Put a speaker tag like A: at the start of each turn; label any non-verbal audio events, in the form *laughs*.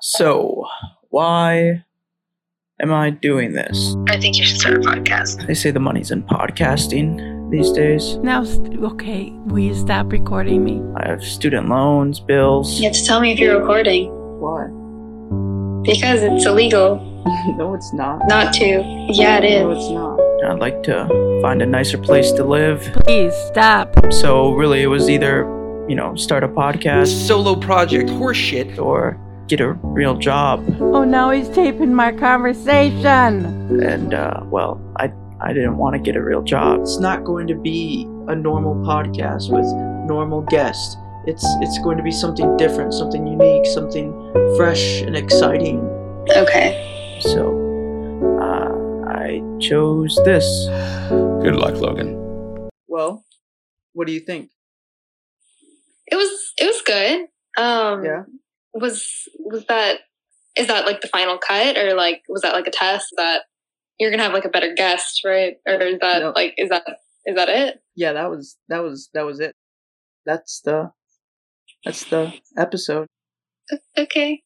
A: So, why am I doing this?
B: I think you should start a podcast.
A: They say the money's in podcasting these days.
C: Now, okay, will you stop recording me?
A: I have student loans, bills.
B: You have to tell me if you're recording
D: Why? *laughs*
B: because it's illegal
D: no, it's not.
B: not to. Yeah, it
D: No,
B: is.
D: it's not.
A: I'd like to find a nicer place to live.
C: Please stop.
A: So, really, it was either, you know, start a podcast
E: solo project horseshit.
A: or get a real job.
C: Oh, now he's taping my conversation.
A: And, uh, well, I, I didn't want to get a real job.
F: It's not going to be a normal podcast with normal guests. It's it's going to be something different, something unique, something fresh and exciting.
B: Okay.
A: So, uh, I chose this.
G: Good luck, Logan.
F: Well, what do you think?
B: It was it was good. Um
F: Yeah.
B: was was that is that like the final cut or like was that like a test that you're gonna have like a better guest, right? Or is that
F: No.
B: like is that is that it?
F: Yeah, that was that was that was it. That's the that's the episode.
B: Okay.